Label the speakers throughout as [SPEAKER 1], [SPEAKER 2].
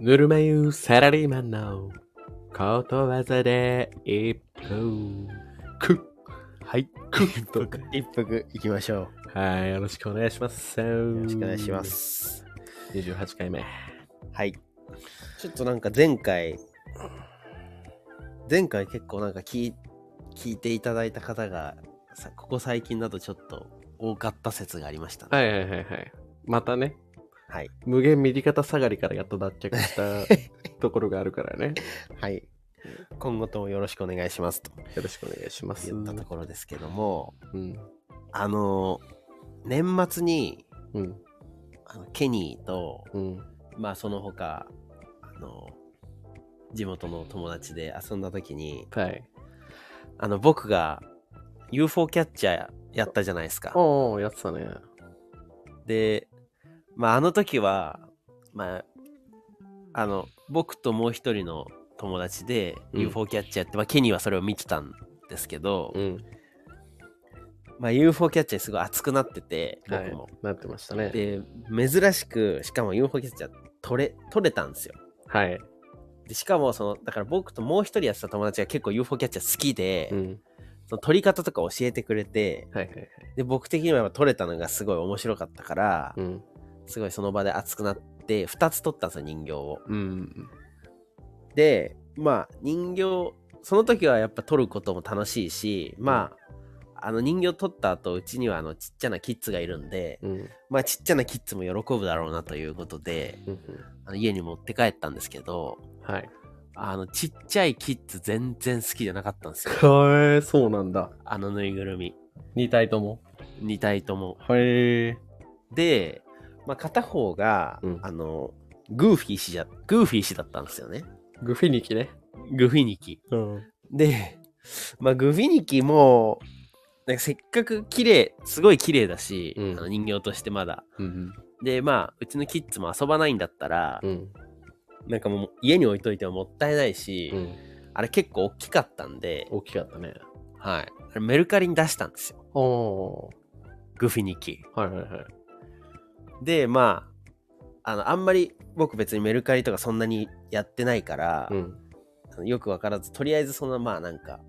[SPEAKER 1] ぬるま湯サラリーマンのことわざで一風。くはい、くっとか。
[SPEAKER 2] 一服いきましょ
[SPEAKER 1] はい、よろしくお願いします。
[SPEAKER 2] う。
[SPEAKER 1] よ
[SPEAKER 2] よろしくお願いしま。す。
[SPEAKER 1] 28回目。
[SPEAKER 2] はい。ちょっとなんか前回、前回結構なんか聞い聞いていただいた方が、さここ最近だとちょっと多かった説がありましたね。
[SPEAKER 1] はいはいはいはい。またね、
[SPEAKER 2] はい。
[SPEAKER 1] 無限右肩下がりからやっと脱却したところがあるから ね。
[SPEAKER 2] はい。今後ともよろしくお願いしますと
[SPEAKER 1] よろしくお願いします。
[SPEAKER 2] 言ったところですけども、
[SPEAKER 1] うん。
[SPEAKER 2] あの、年末に、
[SPEAKER 1] うん。
[SPEAKER 2] あのケニーと、
[SPEAKER 1] うん。
[SPEAKER 2] まあその他、あの、地元の友達で遊んだ時に、
[SPEAKER 1] はい。
[SPEAKER 2] あの、僕が UFO キャッチャーやったじゃないですか。
[SPEAKER 1] おおやってたね。
[SPEAKER 2] で、まあ、あの時は、まあ、あの、僕ともう一人の友達で
[SPEAKER 1] うん
[SPEAKER 2] UFO キャッチャーやって、まあ、ケニーはそれを見てたんですけど、
[SPEAKER 1] うん。
[SPEAKER 2] まあ、UFO キャッチャーにすごい熱くなってて、
[SPEAKER 1] は
[SPEAKER 2] 僕
[SPEAKER 1] い
[SPEAKER 2] も。。
[SPEAKER 1] なってましたね。
[SPEAKER 2] で、珍しく、しかも UFO キャッチャー取れ、取れたんですよ。
[SPEAKER 1] はい。
[SPEAKER 2] でしかもそのだから僕ともう一人やってた友達が結構 UFO キャッチャー好きで、
[SPEAKER 1] うん。
[SPEAKER 2] その撮り方とか教えてくれて
[SPEAKER 1] はいはいはい。
[SPEAKER 2] で僕的にはやっぱ撮れたのがすごい面白かったから、
[SPEAKER 1] うん。
[SPEAKER 2] すごいその場で熱くなって2つ撮ったんですよ人形を。
[SPEAKER 1] うん。
[SPEAKER 2] でまあ人形その時はやっぱ撮ることも楽しいしまああの人形撮った後うちにはあのちっちゃなキッズがいるんで
[SPEAKER 1] うん。
[SPEAKER 2] まあちっちゃなキッズも喜ぶだろうなということで
[SPEAKER 1] うん。
[SPEAKER 2] あの家に持って帰ったんですけど
[SPEAKER 1] はい。
[SPEAKER 2] あのちっちゃいキッズ全然好きじゃなかったんですよ
[SPEAKER 1] へえ、そうなんだ。
[SPEAKER 2] あのぬいぐるみ
[SPEAKER 1] 2体とも。
[SPEAKER 2] 2体とも
[SPEAKER 1] へえ。
[SPEAKER 2] で、まあ、片方が、
[SPEAKER 1] うん
[SPEAKER 2] あのグーフィー氏じゃグーフィー氏だったんですよね
[SPEAKER 1] グフィニキね。
[SPEAKER 2] グフィニキ
[SPEAKER 1] うん。
[SPEAKER 2] で、まあ、グフィニキもなんかせっかく綺麗すごい綺麗だし、
[SPEAKER 1] うん
[SPEAKER 2] あの人形としてまだ
[SPEAKER 1] うん。
[SPEAKER 2] でまあうちのキッズも遊ばないんだったら、
[SPEAKER 1] うん。
[SPEAKER 2] なんかもう家に置いといてももったいないし、
[SPEAKER 1] うん。
[SPEAKER 2] あれ結構大きかったんで、
[SPEAKER 1] 大きかったね。
[SPEAKER 2] はい、あれメルカリに出したんですよ
[SPEAKER 1] おお。
[SPEAKER 2] グフィニキ
[SPEAKER 1] はいはいはい。
[SPEAKER 2] でまああのあんまり僕別にメルカリとかそんなにやってないから、
[SPEAKER 1] うん。
[SPEAKER 2] あのよくわからずとりあえずそのまあなんか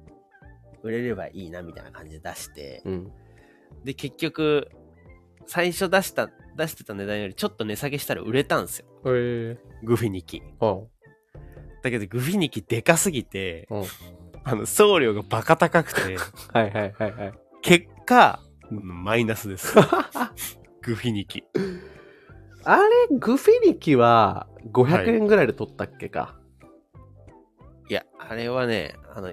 [SPEAKER 2] 売れればいいなみたいな感じで出して、
[SPEAKER 1] うん。
[SPEAKER 2] で結局最初出した出してた値段よりちょっと値下げしたら売れたんですよ
[SPEAKER 1] へえ。
[SPEAKER 2] グフィニキ
[SPEAKER 1] あうん。
[SPEAKER 2] だけどグフィニキでかすぎて
[SPEAKER 1] うん
[SPEAKER 2] あの送料がバカ高く て
[SPEAKER 1] はいはいはいはい。
[SPEAKER 2] 結果マイナスです グフィニキ
[SPEAKER 1] あれ、グフィニキは500円ぐらいで取ったっけか。
[SPEAKER 2] いやあれはねあの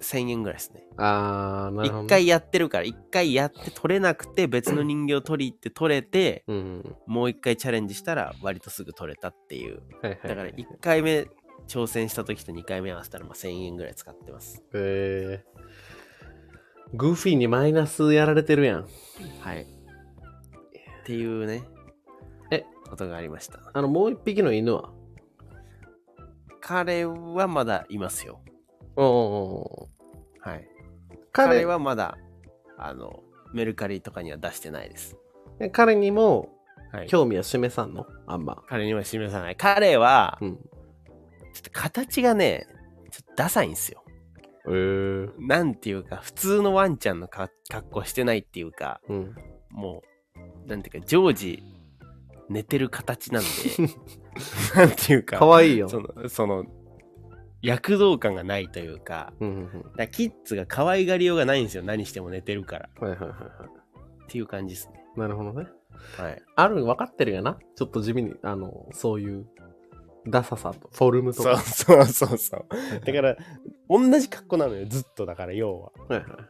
[SPEAKER 2] 1000円ぐらいですね
[SPEAKER 1] あー、なるほど。
[SPEAKER 2] 一。回やってるから一回やって取れなくて別の人形取り行って取れて
[SPEAKER 1] うん。
[SPEAKER 2] もう一回チャレンジしたら割とすぐ取れたっていう
[SPEAKER 1] はいはい。
[SPEAKER 2] だから一回目挑戦した時と二回目合わせたらまあ1000円ぐらい使ってます
[SPEAKER 1] えー、グーフィーにマイナスやられてるやん。
[SPEAKER 2] はいっていうね
[SPEAKER 1] え
[SPEAKER 2] ことがありました
[SPEAKER 1] あの、もう一匹の犬は
[SPEAKER 2] 彼はまだいますよ
[SPEAKER 1] おお
[SPEAKER 2] はい彼
[SPEAKER 1] 彼は
[SPEAKER 2] はまだあのメルカリとかには出してないです、
[SPEAKER 1] 彼にも
[SPEAKER 2] はい
[SPEAKER 1] 興味は示さんのあんま。
[SPEAKER 2] 彼には示さない彼は
[SPEAKER 1] うん。
[SPEAKER 2] ちょっと形がねちょっとダサいんですよ
[SPEAKER 1] えー、
[SPEAKER 2] なんていうか普通のワンちゃんのか格好してないっていうか
[SPEAKER 1] うん。
[SPEAKER 2] もうなんていうか常時寝てる形なんで なんていうか
[SPEAKER 1] かわいいよ。
[SPEAKER 2] そのその躍動感がないというか
[SPEAKER 1] うんうん
[SPEAKER 2] だからキッズが可愛がりようがないんですよ何しても寝てるから
[SPEAKER 1] うん。はいはいはいは
[SPEAKER 2] っていう感じですね
[SPEAKER 1] い。なるほどね。
[SPEAKER 2] はい
[SPEAKER 1] ある分かってるやな。ちょっと地味に、あの、そういう、ダサさと、フォルムと
[SPEAKER 2] そう
[SPEAKER 1] か。
[SPEAKER 2] そうそうそう
[SPEAKER 1] だ
[SPEAKER 2] だから同じ格好なのよずっとだから要は
[SPEAKER 1] はいはいはいはい。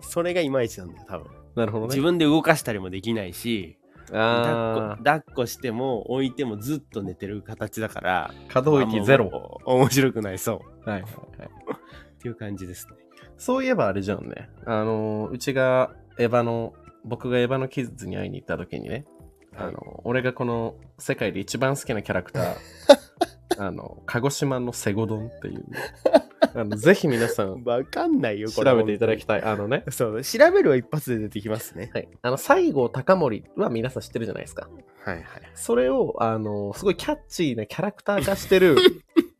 [SPEAKER 2] それがいまいちなんだよ多分
[SPEAKER 1] なるほどね。
[SPEAKER 2] 自分で動かしたりもできないし抱っ
[SPEAKER 1] あ
[SPEAKER 2] こ抱っこしても置いてもずっと寝てる形だから
[SPEAKER 1] あ、可動域ゼロ。
[SPEAKER 2] ロ。面白くない、そ。
[SPEAKER 1] はいはいはいう
[SPEAKER 2] っていう感じですね。
[SPEAKER 1] そういえばあれじゃんね。あの、うちがエヴァの、僕がエヴァのキッズに会いに行った時にね、あの、俺がこの世 界で一番好きなキャラクター、あの、鹿児島のセゴドンっていうあのぜひ皆さん
[SPEAKER 2] わかんないよ、
[SPEAKER 1] 調べていただきた
[SPEAKER 2] た
[SPEAKER 1] い。あのね。
[SPEAKER 2] い。そう、調べるは一発で出てきますね。
[SPEAKER 1] はい。あの、西郷隆盛は皆さん知ってるじゃないですか。
[SPEAKER 2] はいはい。
[SPEAKER 1] それを、あの、すごいキャッチーなキャラクター化して る、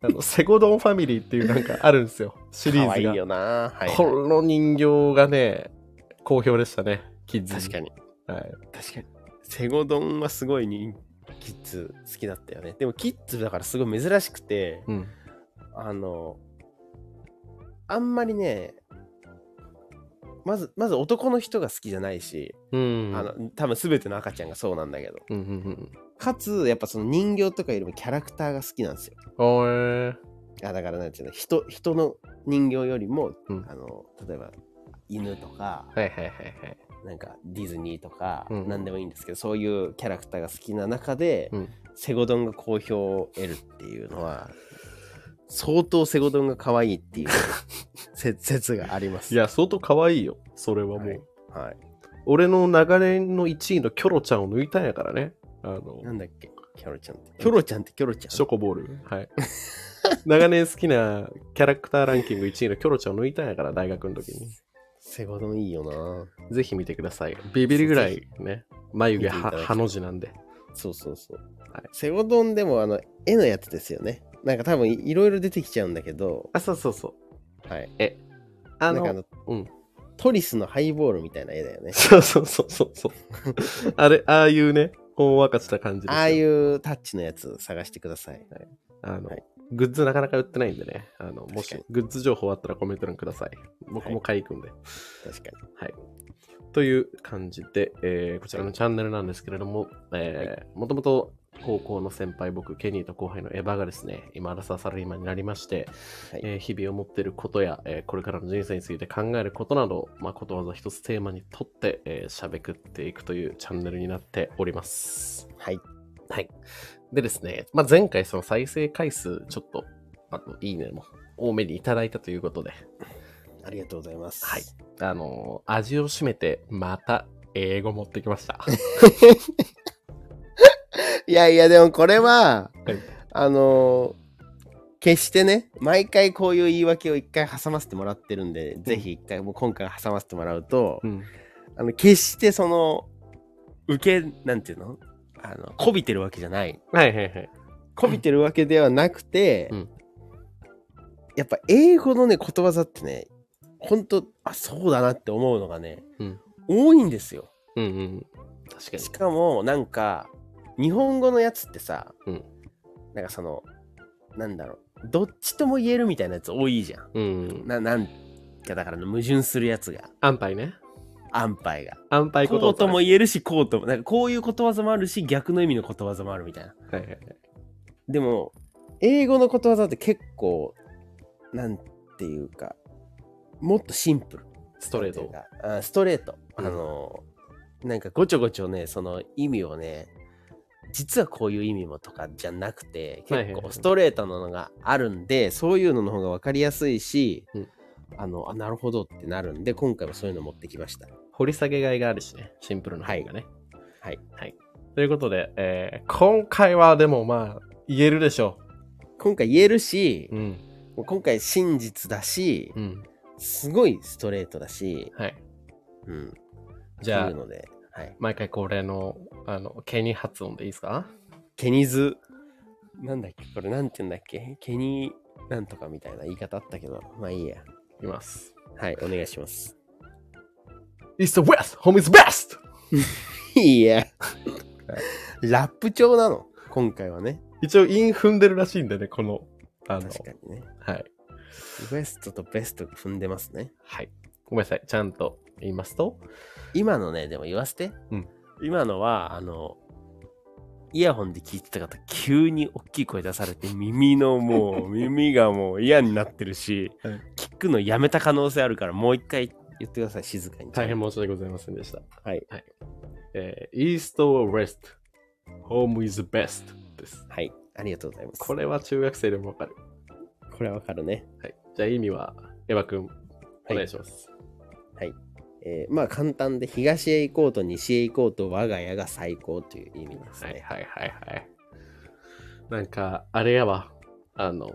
[SPEAKER 1] あの、セゴドンファミリーっていうなんかあるんですよ。シリーズ
[SPEAKER 2] 可
[SPEAKER 1] が。
[SPEAKER 2] 愛いよな。はい、
[SPEAKER 1] この人形がね、好評でしたね。キッズ。
[SPEAKER 2] 確かに。
[SPEAKER 1] に。はい。
[SPEAKER 2] 確かに。セゴドンはすごい人キッズ好きだったよね。でもキッズだからすごい珍しくて、
[SPEAKER 1] うん。
[SPEAKER 2] あの、あんまりね、まず、まず男の人が好きじゃないし、
[SPEAKER 1] うん。
[SPEAKER 2] あの多分全ての赤ちゃんがそうなんだけど、
[SPEAKER 1] うんうんうん。
[SPEAKER 2] かつ、やっぱその人形とかよりもキャラクターが好きなんですよ。
[SPEAKER 1] おー
[SPEAKER 2] あだからなんていうの人人の人形よりも、
[SPEAKER 1] うん
[SPEAKER 2] あの例えば犬とか
[SPEAKER 1] はいはいはいはい。
[SPEAKER 2] なんかディズニーとか、
[SPEAKER 1] うん
[SPEAKER 2] 何でもいいんですけどそういうキャラクターが好きな中で、
[SPEAKER 1] うん
[SPEAKER 2] セゴドンが好評を得るっていうのは相当セゴドンが可愛いっていう 説説があります。
[SPEAKER 1] いや、相当可愛いよ。それはもう。
[SPEAKER 2] はい、はい
[SPEAKER 1] 俺の長年の1位のキョロちゃんを抜いたんやからね。あの、
[SPEAKER 2] なんだっけキョロちゃんって。キョロちゃんってキョロちゃん。
[SPEAKER 1] ショコボール。はい。 長年好きなキャラクターランキング1位のキョロちゃんを抜いたんやから、大学の時 に。
[SPEAKER 2] セゴドンいいよな。
[SPEAKER 1] ぜひ見てください。ビビるぐらいね、眉毛
[SPEAKER 2] 見ていただ
[SPEAKER 1] は
[SPEAKER 2] きたい
[SPEAKER 1] ハの字なんで。
[SPEAKER 2] そうそうそう。
[SPEAKER 1] はい
[SPEAKER 2] セゴドンでもあの絵のやつですよね。なんか多分いいろいろ出てきちゃうんだけど、
[SPEAKER 1] あ、そうそうそう。
[SPEAKER 2] はい。
[SPEAKER 1] あ
[SPEAKER 2] なんかあ
[SPEAKER 1] の、
[SPEAKER 2] の
[SPEAKER 1] うん。
[SPEAKER 2] トリスのハイボールみたいな絵だよね。
[SPEAKER 1] そうそうそうそうそう。あれ、ああいうね、ほんわかした感じですよ
[SPEAKER 2] ああいうタッチのやつ探してください。
[SPEAKER 1] あの、
[SPEAKER 2] はい
[SPEAKER 1] グッズなかなか売ってないんでね、あのも
[SPEAKER 2] 確か
[SPEAKER 1] し
[SPEAKER 2] に
[SPEAKER 1] グッズ情報あったらコメント欄ください。僕も買いに行くんで。
[SPEAKER 2] 確か
[SPEAKER 1] という感じで、えーこちらのチャンネルなんですけれども、えーもともと高校の先輩、僕、ケニーと後輩のエヴァがですね、今、アラサーサラリーマンになりまして、
[SPEAKER 2] はい
[SPEAKER 1] えー日々思っていることや、えーこれからの人生について考えることなどを、まあ、ことわざ一つテーマにとって、えー、しゃべくっていくというチャンネルになっております。
[SPEAKER 2] に。はい。
[SPEAKER 1] はい。でですね、まあ、前回その再生回数、ちょっと、あと、いいねも多めにいただいたということで、
[SPEAKER 2] ありがとうございます。
[SPEAKER 1] はいあのー味を占めて、また英語持ってきました。
[SPEAKER 2] いやいや、でもこれ
[SPEAKER 1] は
[SPEAKER 2] は、
[SPEAKER 1] い
[SPEAKER 2] あのー決してね、毎回こういう言い訳を一回挟ませてもらってるんで、ぜひ一回、もう今回挟ませてもらうと、
[SPEAKER 1] うん。
[SPEAKER 2] あの、決してその、受け、なんていうのあの、こびてるわけじゃない。
[SPEAKER 1] はいはいはい。
[SPEAKER 2] こびてるわけではなくて、
[SPEAKER 1] うん
[SPEAKER 2] やっぱ英語のねことわざってねほんとあそうだなって思うのがね、
[SPEAKER 1] うん
[SPEAKER 2] 多いんですよ
[SPEAKER 1] うんうん。確かに
[SPEAKER 2] し。かもなんか日本語のやつってさ、
[SPEAKER 1] うん
[SPEAKER 2] なんかそのなんだろうどっちとも言えるみたいなやつ多いじゃん
[SPEAKER 1] うん。
[SPEAKER 2] ななんかだから矛盾するやつが
[SPEAKER 1] 安牌ね。
[SPEAKER 2] 安牌が
[SPEAKER 1] 安牌こ
[SPEAKER 2] ことうとも言えるしこうともなんかこういうことわざもあるし逆の意味のことわざもあるみたいな
[SPEAKER 1] はいはいはい。
[SPEAKER 2] でも英語のことわざって結構なんていうかもっとシンプル
[SPEAKER 1] ストレー
[SPEAKER 2] な
[SPEAKER 1] ト
[SPEAKER 2] んて。いうかあストレート、
[SPEAKER 1] うん
[SPEAKER 2] あのなんかごちょごちょねその意味をね実はこういう意味もとかじゃなくて
[SPEAKER 1] はいはい
[SPEAKER 2] 結
[SPEAKER 1] はい
[SPEAKER 2] 構ストレートなのがあるんでそういうのの方が分かりやすいし、
[SPEAKER 1] うん
[SPEAKER 2] あのあなるほどってなるんで今回もそういうの持ってきました
[SPEAKER 1] 掘り下げがいがあるしね。シンプルな方がね。
[SPEAKER 2] はい。
[SPEAKER 1] はい。ということで、えー今回はでもまあ、言えるでしょ
[SPEAKER 2] 今回言えるし
[SPEAKER 1] う。、うん。
[SPEAKER 2] もう今回真実だし
[SPEAKER 1] うん。
[SPEAKER 2] すごいストレートだし、
[SPEAKER 1] はい。
[SPEAKER 2] うん、
[SPEAKER 1] じゃあ
[SPEAKER 2] っていう、ので、はい、
[SPEAKER 1] 毎回恒例の、あの、ケニー発音でいいですか
[SPEAKER 2] ケニズ、なんだっけこれなんて言うんだっけケニーなんとかみたいな言い方あったけど、まあいいや。
[SPEAKER 1] いきます。
[SPEAKER 2] はい、お願いします。
[SPEAKER 1] It's the West! Home is best!
[SPEAKER 2] いいや。ラップ調なの今回はね。
[SPEAKER 1] 一応、韻踏んでるらしいんでね、この、あの、
[SPEAKER 2] 確かにね。
[SPEAKER 1] はい。
[SPEAKER 2] ウエストとベスト踏んでますね。
[SPEAKER 1] はい。ごめんなさい。ちゃんと言いますと、
[SPEAKER 2] 今のね、でも言わせて。
[SPEAKER 1] うん
[SPEAKER 2] 今のは、あの、イヤホンで聞いてた方、急に大きい声出されて、耳のも う、耳がもう嫌になってるし、
[SPEAKER 1] はい
[SPEAKER 2] 聞くのやめた可能性あるから、もう一回言ってください、静かに。
[SPEAKER 1] 大変申し訳ございませんでした。
[SPEAKER 2] はい。
[SPEAKER 1] えー、East or West, Home is best です。
[SPEAKER 2] はい、ありがとうございます。
[SPEAKER 1] これは中学生でもわかる。
[SPEAKER 2] これわかるね。
[SPEAKER 1] はい。じゃあ、意味は、エヴァ君、お願いします。
[SPEAKER 2] えーまあ簡単で東へ行こうと西へ行こうと我が家が最高という意味です
[SPEAKER 1] はい
[SPEAKER 2] ね。
[SPEAKER 1] はいはいはい。なんか、あれやわ。あのー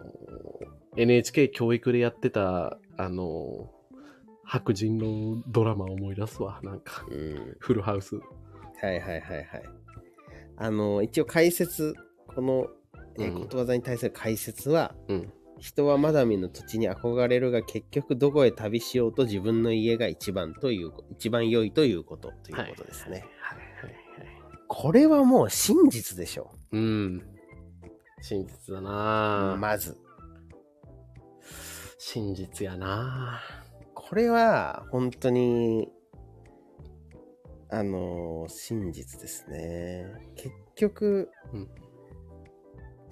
[SPEAKER 1] NHK 教育でやってた、あの、白人のドラマを思い出すわ。なんか、
[SPEAKER 2] うん。
[SPEAKER 1] フルハウス。
[SPEAKER 2] はいはいはいはい。あの、一応解説、この、えー
[SPEAKER 1] うん
[SPEAKER 2] ことわざに対する解説は、
[SPEAKER 1] うん
[SPEAKER 2] 人はまだ見ぬ土地に憧れるが結局どこへ旅しようと自分の家が一番というこ一番良いということということですね、
[SPEAKER 1] はいはいはい。
[SPEAKER 2] これはもう真実でしょ
[SPEAKER 1] うん。真実だなぁ、
[SPEAKER 2] まず
[SPEAKER 1] 真実やな
[SPEAKER 2] これは本当にあのー真実ですね結局、
[SPEAKER 1] うん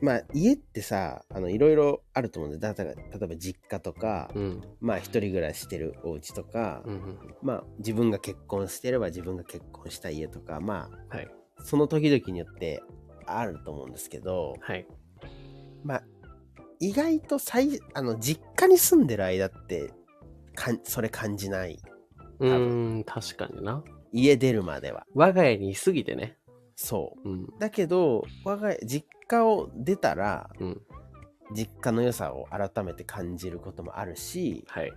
[SPEAKER 2] まあ家ってさあのいろいろあると思うんでだから例えば実家とか、
[SPEAKER 1] ぁうん。
[SPEAKER 2] まあ一人暮らししてるお家とか、
[SPEAKER 1] うんうん。
[SPEAKER 2] まあ自分が結婚してれば自分が結婚した家とかまあ、
[SPEAKER 1] はい
[SPEAKER 2] その時々によってあると思うんですけど
[SPEAKER 1] はい。
[SPEAKER 2] まあ意外と最あの実家に住んでる間ってかんそれ感じないう
[SPEAKER 1] ーん、確かにな。
[SPEAKER 2] 家出るまでは
[SPEAKER 1] 我が家にいすぎてね。
[SPEAKER 2] そ
[SPEAKER 1] うん。
[SPEAKER 2] うだけど我が家実家を出たら
[SPEAKER 1] うん。
[SPEAKER 2] 実家の良さを改めて感じることもあるし
[SPEAKER 1] はい。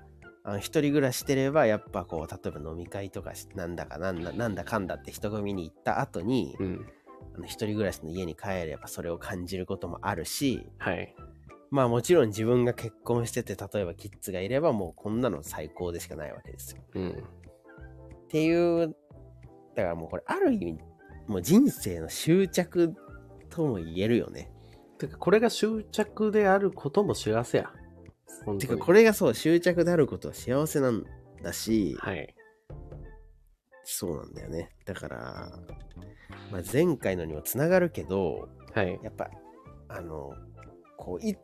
[SPEAKER 2] あの一人暮らししてればやっぱこう例えば飲み会とかしなんだかなんだなんだかんだって人混みに行った後に、
[SPEAKER 1] うん。
[SPEAKER 2] あの一人暮らしの家に帰ればそれを感じることもあるし
[SPEAKER 1] はい。
[SPEAKER 2] まあもちろん自分が結婚してて例えばキッズがいればもうこんなの最高でしかないわけですよ。
[SPEAKER 1] うん。
[SPEAKER 2] っていうだからもうこれある意味もう人生の執着とも言えるよね。
[SPEAKER 1] てか、これが執着であることも幸せや。本
[SPEAKER 2] て
[SPEAKER 1] 当
[SPEAKER 2] か
[SPEAKER 1] に
[SPEAKER 2] これがそう執着であることは幸せなんだし、
[SPEAKER 1] はい。
[SPEAKER 2] そうなんだよね。だから、まあ、前回のにもつながるけど
[SPEAKER 1] はい。
[SPEAKER 2] やっぱあのこうい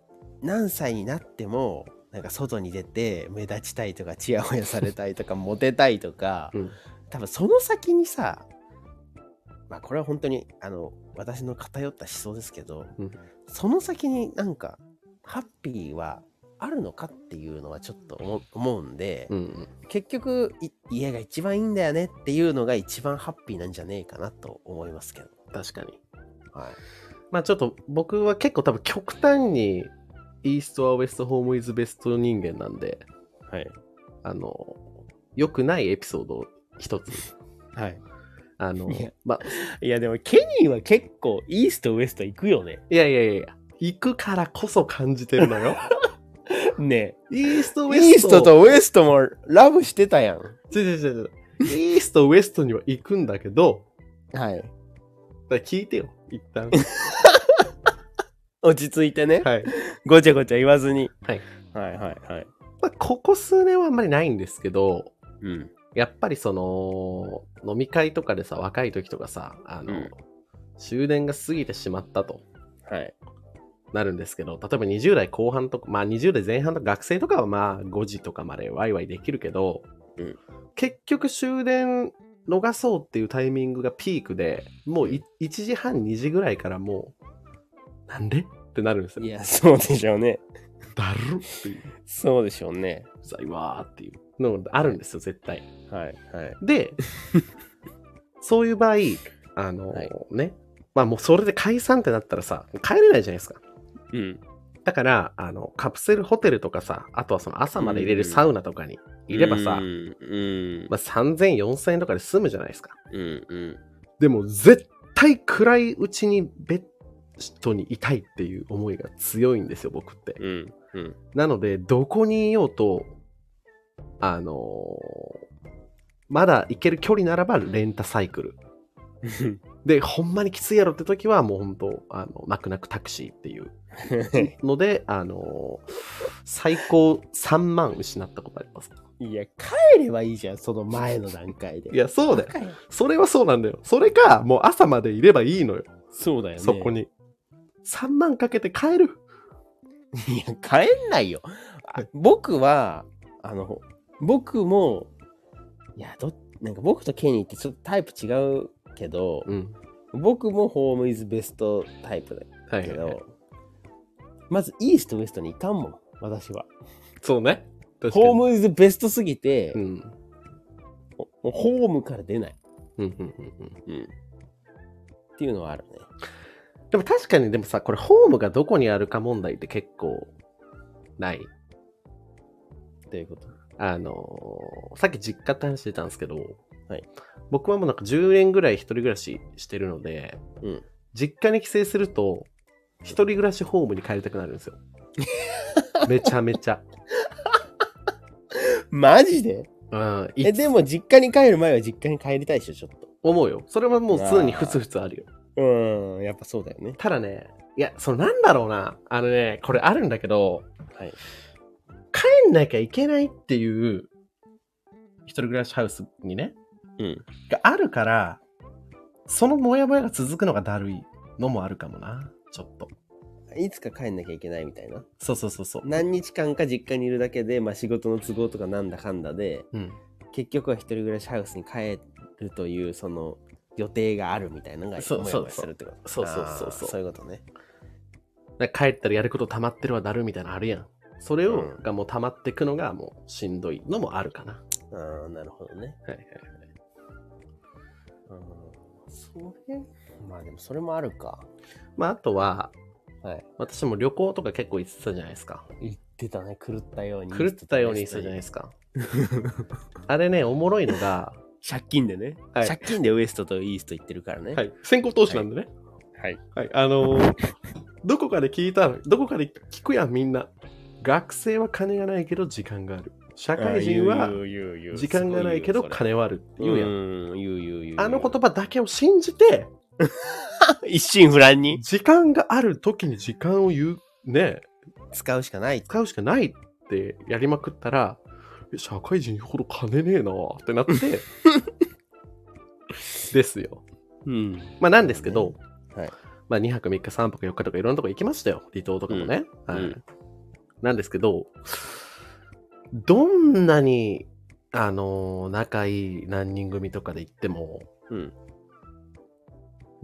[SPEAKER 2] 何歳になってもなんか外に出て目立ちたいとかチヤホヤされたいとかモテたいとか
[SPEAKER 1] うん。
[SPEAKER 2] 多分その先にさまあこれは本当にあの私の偏った思想ですけど、
[SPEAKER 1] うん
[SPEAKER 2] その先になんかハッピーはあるのかっていうのはちょっと思思うんで、
[SPEAKER 1] うん。
[SPEAKER 2] 結局い家が一番いいんだよねっていうのが一番ハッピーなんじゃねえかなと思いますけど。
[SPEAKER 1] 確かに。
[SPEAKER 2] はい
[SPEAKER 1] まあちょっと僕は結構多分極端にイーストはウエストホームイズベスト人間なんで、
[SPEAKER 2] はい
[SPEAKER 1] あの、良くないエピソードを一つ。
[SPEAKER 2] はい
[SPEAKER 1] あの
[SPEAKER 2] いや、
[SPEAKER 1] まあ、
[SPEAKER 2] いやでもケニーは結構イーストウエスト行くよね。
[SPEAKER 1] いやいやいやいや、行くからこそ感じてる のよ。
[SPEAKER 2] ね
[SPEAKER 1] イーストウエスト。
[SPEAKER 2] イーストとウエストもラブしてたやん。
[SPEAKER 1] 違う違う違う違う。イーストウエストには行くんだけど、
[SPEAKER 2] はい。
[SPEAKER 1] だから聞いてよ、一 旦。
[SPEAKER 2] 落ち着いてね。
[SPEAKER 1] はい。
[SPEAKER 2] ごちゃごちゃ言わずに。
[SPEAKER 1] はい。
[SPEAKER 2] はいはいはい。
[SPEAKER 1] まあ、ここ数年はあんまりないんですけど、
[SPEAKER 2] うん。
[SPEAKER 1] やっぱりその、飲み会とかでさ、若い時とかさ、あの、
[SPEAKER 2] うん
[SPEAKER 1] 終電が過ぎてしまったと
[SPEAKER 2] はい。
[SPEAKER 1] なるんですけど、例えば20代後半とか、まあ20代前半とか学生とかはまあ5時とかまでワイワイできるけど、
[SPEAKER 2] うん
[SPEAKER 1] 結局終電逃そうっていうタイミングがピークで、もうい1時半2時ぐらいからもう、なんでってなるんですよ。
[SPEAKER 2] いや、そうでしょうね。
[SPEAKER 1] だるっていう、
[SPEAKER 2] そうでしょうね。
[SPEAKER 1] うざいわーっていうのがあるんですよ、絶対。
[SPEAKER 2] はいはい。
[SPEAKER 1] で、そういう場合、あの
[SPEAKER 2] はい
[SPEAKER 1] ね、まあもうそれで解散ってなったらさ、帰れないじゃないですか。
[SPEAKER 2] うん。
[SPEAKER 1] だから、あの、カプセルホテルとかさ、あとはその朝まで入れるサウナとかにいればさ
[SPEAKER 2] う、んうん。
[SPEAKER 1] まあ3000、4000円とかで済むじゃないですか。
[SPEAKER 2] うんうん。
[SPEAKER 1] でも絶対暗いうちにベッドにいたいっていう思いが強いんですよ、僕って。
[SPEAKER 2] うんうん。
[SPEAKER 1] なので、どこにいようと、あのーまだ行ける距離ならばレンタサイクル。で、ほんまにきついやろって時は、もう本当あの、泣く泣くタクシーっていうので、あのー最高3万失ったことあります。
[SPEAKER 2] いや、帰ればいいじゃん、その前の段階で。
[SPEAKER 1] い、や、そうだよ。
[SPEAKER 2] よ。
[SPEAKER 1] それはそうなんだよ。それか、もう朝までいればいいのよ。
[SPEAKER 2] そうだよね。
[SPEAKER 1] そこ。に。3万かけて帰る。
[SPEAKER 2] いや、帰んないよ。あ僕は、あの、僕も、いや、ど、なんか僕とケニーってちょっとタイプ違うけど、
[SPEAKER 1] うん。
[SPEAKER 2] 僕もホームイズベストタイプだ
[SPEAKER 1] はい
[SPEAKER 2] け
[SPEAKER 1] はい
[SPEAKER 2] ど、
[SPEAKER 1] はい。
[SPEAKER 2] まずイーストウエストに行かんもん、私は。
[SPEAKER 1] そうね。確かに
[SPEAKER 2] ホームイズベストすぎて、
[SPEAKER 1] うん。
[SPEAKER 2] もうホームから出ない。
[SPEAKER 1] うんうんうんうん。
[SPEAKER 2] っていうのはあるね。
[SPEAKER 1] でも確かにでもさこれホームがどこにあるか問題って結構ない。
[SPEAKER 2] ということ。
[SPEAKER 1] あのーさっき実家って話してたんですけど、
[SPEAKER 2] はい
[SPEAKER 1] 僕はもうなんか10年ぐらい一人暮らししてるので、
[SPEAKER 2] うん
[SPEAKER 1] 実家に帰省すると、一人暮らしホームに帰りたくなるんで すよ。めちゃめちゃ。
[SPEAKER 2] マジで
[SPEAKER 1] うん、い
[SPEAKER 2] え、でも実家に帰る前は実家に帰りたいでしょ、ちょっ
[SPEAKER 1] 思うよ。それはもう常にふつふつあるよ。
[SPEAKER 2] と。うん、やっぱそうだよね。
[SPEAKER 1] ただね、いや、そのなんだろうな。あのね、これあるんだけど、
[SPEAKER 2] はい。
[SPEAKER 1] 帰んなきゃいけないっていう、一人暮らしハウスにね、
[SPEAKER 2] うん。
[SPEAKER 1] があるから、そのモヤモヤが続くのがだるいのもあるかもな。ちょっと。
[SPEAKER 2] いつか帰んなきゃいけないみたいな。
[SPEAKER 1] そうそうそうそう。
[SPEAKER 2] 何日間か実家にいるだけで、まあ仕事の都合とかなんだかんだで、
[SPEAKER 1] うん。
[SPEAKER 2] 結局は一人暮らしハウスに帰るという、その、予定があるみたいなのが、
[SPEAKER 1] そう
[SPEAKER 2] モヤモヤするってこと
[SPEAKER 1] そうそうそうそう
[SPEAKER 2] あーそういうことね。
[SPEAKER 1] なんか帰ったらやること溜まってるはだるいみたいなのあるやん。それを、
[SPEAKER 2] うん
[SPEAKER 1] がもう溜まってくのがもうしんどいのもあるかな。
[SPEAKER 2] ああ、なるほどね。
[SPEAKER 1] はいはい
[SPEAKER 2] うん。それ、まあでもそれもあるか。
[SPEAKER 1] まああとは、
[SPEAKER 2] はい。
[SPEAKER 1] 私も旅行とか結構行ってたじゃないですか。
[SPEAKER 2] 言ってたね、狂ったように。
[SPEAKER 1] 狂ってたようにしたじゃないですか。あれね、おもろいの が、
[SPEAKER 2] 借金でね、
[SPEAKER 1] はい
[SPEAKER 2] 借金でウエストとイースト行ってるからね。
[SPEAKER 1] い、先行投資なんでね。
[SPEAKER 2] はい。
[SPEAKER 1] はい、あの ーどこかで聞いた、どこかで聞くやん、みんな。学生は金がないけど時間がある。社会人は時間がないけど金はあるって
[SPEAKER 2] 言
[SPEAKER 1] 言う
[SPEAKER 2] うや
[SPEAKER 1] や
[SPEAKER 2] ん。
[SPEAKER 1] ん。
[SPEAKER 2] うん言う言う言う。
[SPEAKER 1] あの言葉だけを信じて、
[SPEAKER 2] 一心不乱に
[SPEAKER 1] 時間がある時に時間を言う、ね、
[SPEAKER 2] 使うしかない。
[SPEAKER 1] 使うしかないってやりまくったら、え社会人ほど金ねえなーってな って、ですよ。
[SPEAKER 2] うん。
[SPEAKER 1] まあなんですけど、
[SPEAKER 2] はい
[SPEAKER 1] まあ2泊3日、3泊4日とかいろんなとこ行きましたよ。離島とかもね。
[SPEAKER 2] うん
[SPEAKER 1] はい
[SPEAKER 2] うん
[SPEAKER 1] なんですけど、どんなに、あのー仲いい何人組とかで行っても、
[SPEAKER 2] うん。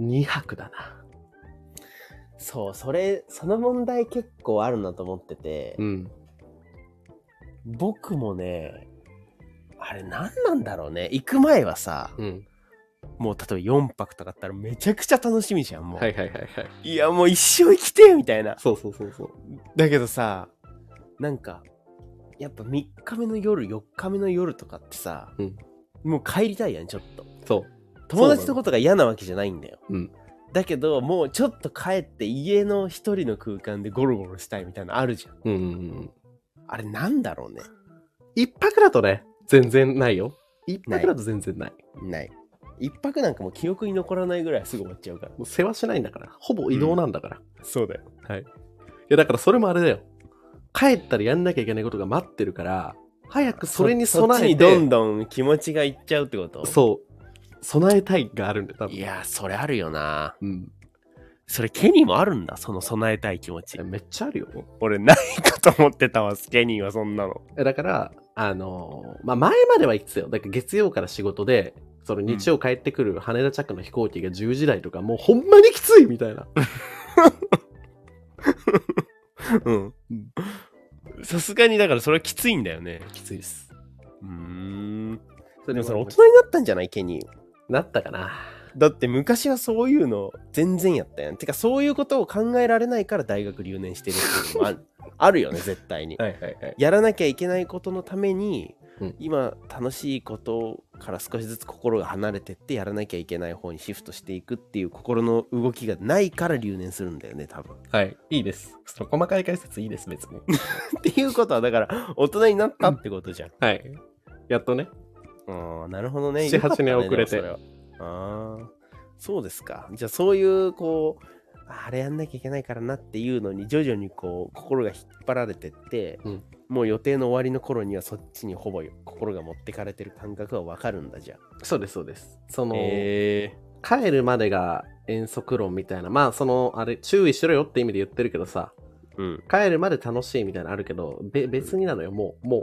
[SPEAKER 1] 2泊だな。
[SPEAKER 2] そう、それ、その問題結構あるなと思ってて、
[SPEAKER 1] うん。
[SPEAKER 2] 僕もね、あれ何なんだろうね。行く前はさ、
[SPEAKER 1] うん。
[SPEAKER 2] もう例えば4泊とかだったらめちゃくちゃ楽しみじゃん、もう。
[SPEAKER 1] はいはいはいはい。
[SPEAKER 2] いや、もう一生生きてみたいな。
[SPEAKER 1] そうそうそうそう。
[SPEAKER 2] だけどさなんかやっぱ3日目の夜4日目の夜とかってさ、
[SPEAKER 1] うん
[SPEAKER 2] もう帰りたいやんちょっと
[SPEAKER 1] そう。
[SPEAKER 2] 友達のことが嫌なわけじゃないんだよ
[SPEAKER 1] うん
[SPEAKER 2] だけどもうちょっと帰って家の一人の空間でゴロゴロしたいみたいなのあるじゃん
[SPEAKER 1] うんうんうん。
[SPEAKER 2] あれなんだろうね
[SPEAKER 1] 1泊だとね、全然ないよ。1泊だと全然ない。
[SPEAKER 2] ない一泊なんかもう記憶に残らないぐらいすぐ終わっちゃうから
[SPEAKER 1] もう世話しないんだから。ほぼ移動なんだから。
[SPEAKER 2] そうだよ
[SPEAKER 1] はい。いや、だからそれもあれだよ。帰ったらやんなきゃいけないことが待ってるから、早くそれに備え
[SPEAKER 2] そっちにどん
[SPEAKER 1] て、
[SPEAKER 2] どん気持ちがいっちゃうってこと
[SPEAKER 1] そう、備えたいがあるんで、多分。
[SPEAKER 2] いやーそれあるよな
[SPEAKER 1] うん。
[SPEAKER 2] それケニーもあるんだその備えたい気持ち
[SPEAKER 1] めっちゃあるよ。
[SPEAKER 2] 俺ないかと思ってたわスケニーはそんなの
[SPEAKER 1] だから、あのーまあ、前までは言ってたよ。だから月曜から仕事で、その日曜帰ってくる羽田着の飛行機が10時台とか、もうほんまにきついみたいな。
[SPEAKER 2] うんさすがにだからそれはきついんだよね
[SPEAKER 1] きついです。
[SPEAKER 2] うーん
[SPEAKER 1] そ
[SPEAKER 2] でもそれ大
[SPEAKER 1] に
[SPEAKER 2] 人になったんじゃないケニー
[SPEAKER 1] なったかな。
[SPEAKER 2] だって昔はそういうの全然やったやんてかそういうことを考えられないから大学留年してるっていうのもああるよね絶 対に
[SPEAKER 1] はいはいはい。
[SPEAKER 2] やらなきゃいけないことのために、
[SPEAKER 1] うん
[SPEAKER 2] 今楽しいことから少しずつ心が離れてってやらなきゃいけない方にシフトしていくっていう心の動きがないから留年するんだよね多分
[SPEAKER 1] はい。いいです。その細かい解説いいです、別に。
[SPEAKER 2] っていうことはだから大人になったってことじゃん。
[SPEAKER 1] はい。やっとね。
[SPEAKER 2] ああなるほどね。
[SPEAKER 1] 7 8年
[SPEAKER 2] よかったね
[SPEAKER 1] 遅れて
[SPEAKER 2] でもそれはああそうですか。じゃあそういうこうああれやんなきゃいけないからなっていうのに徐々にこう心が引っ張られてって、
[SPEAKER 1] うん
[SPEAKER 2] もう予定の終わりの頃にはそっちにほぼ心が持ってかれてる感覚はわかるんだじゃあ。
[SPEAKER 1] そうです、そうです。その、
[SPEAKER 2] へえ
[SPEAKER 1] 帰るまでが遠足論みたいな、まあその、あれ、注意しろよって意味で言ってるけどさ、
[SPEAKER 2] うん。
[SPEAKER 1] 帰るまで楽しいみたいなのあるけど、べ別になのよ、もう、も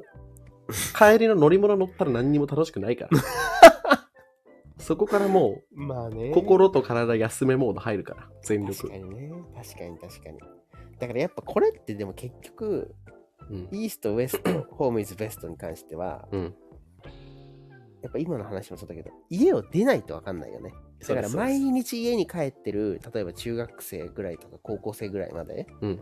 [SPEAKER 1] う。帰りの乗り物乗ったら何にも楽しくないから。 そこからも
[SPEAKER 2] まあ
[SPEAKER 1] う、
[SPEAKER 2] ね
[SPEAKER 1] 心と体休めモード入るから、全
[SPEAKER 2] 確か
[SPEAKER 1] 力。
[SPEAKER 2] にね。確かに確かに。だからやっぱこれってでも結局
[SPEAKER 1] うん。
[SPEAKER 2] イーストウエストホームイズベストに関しては
[SPEAKER 1] うん。
[SPEAKER 2] やっぱ今の話もそうだけど家を出ないと分かんないよねだから毎
[SPEAKER 1] そうです
[SPEAKER 2] 日家に帰ってる例えば中学生ぐらいとか高校生ぐらいまで
[SPEAKER 1] うん。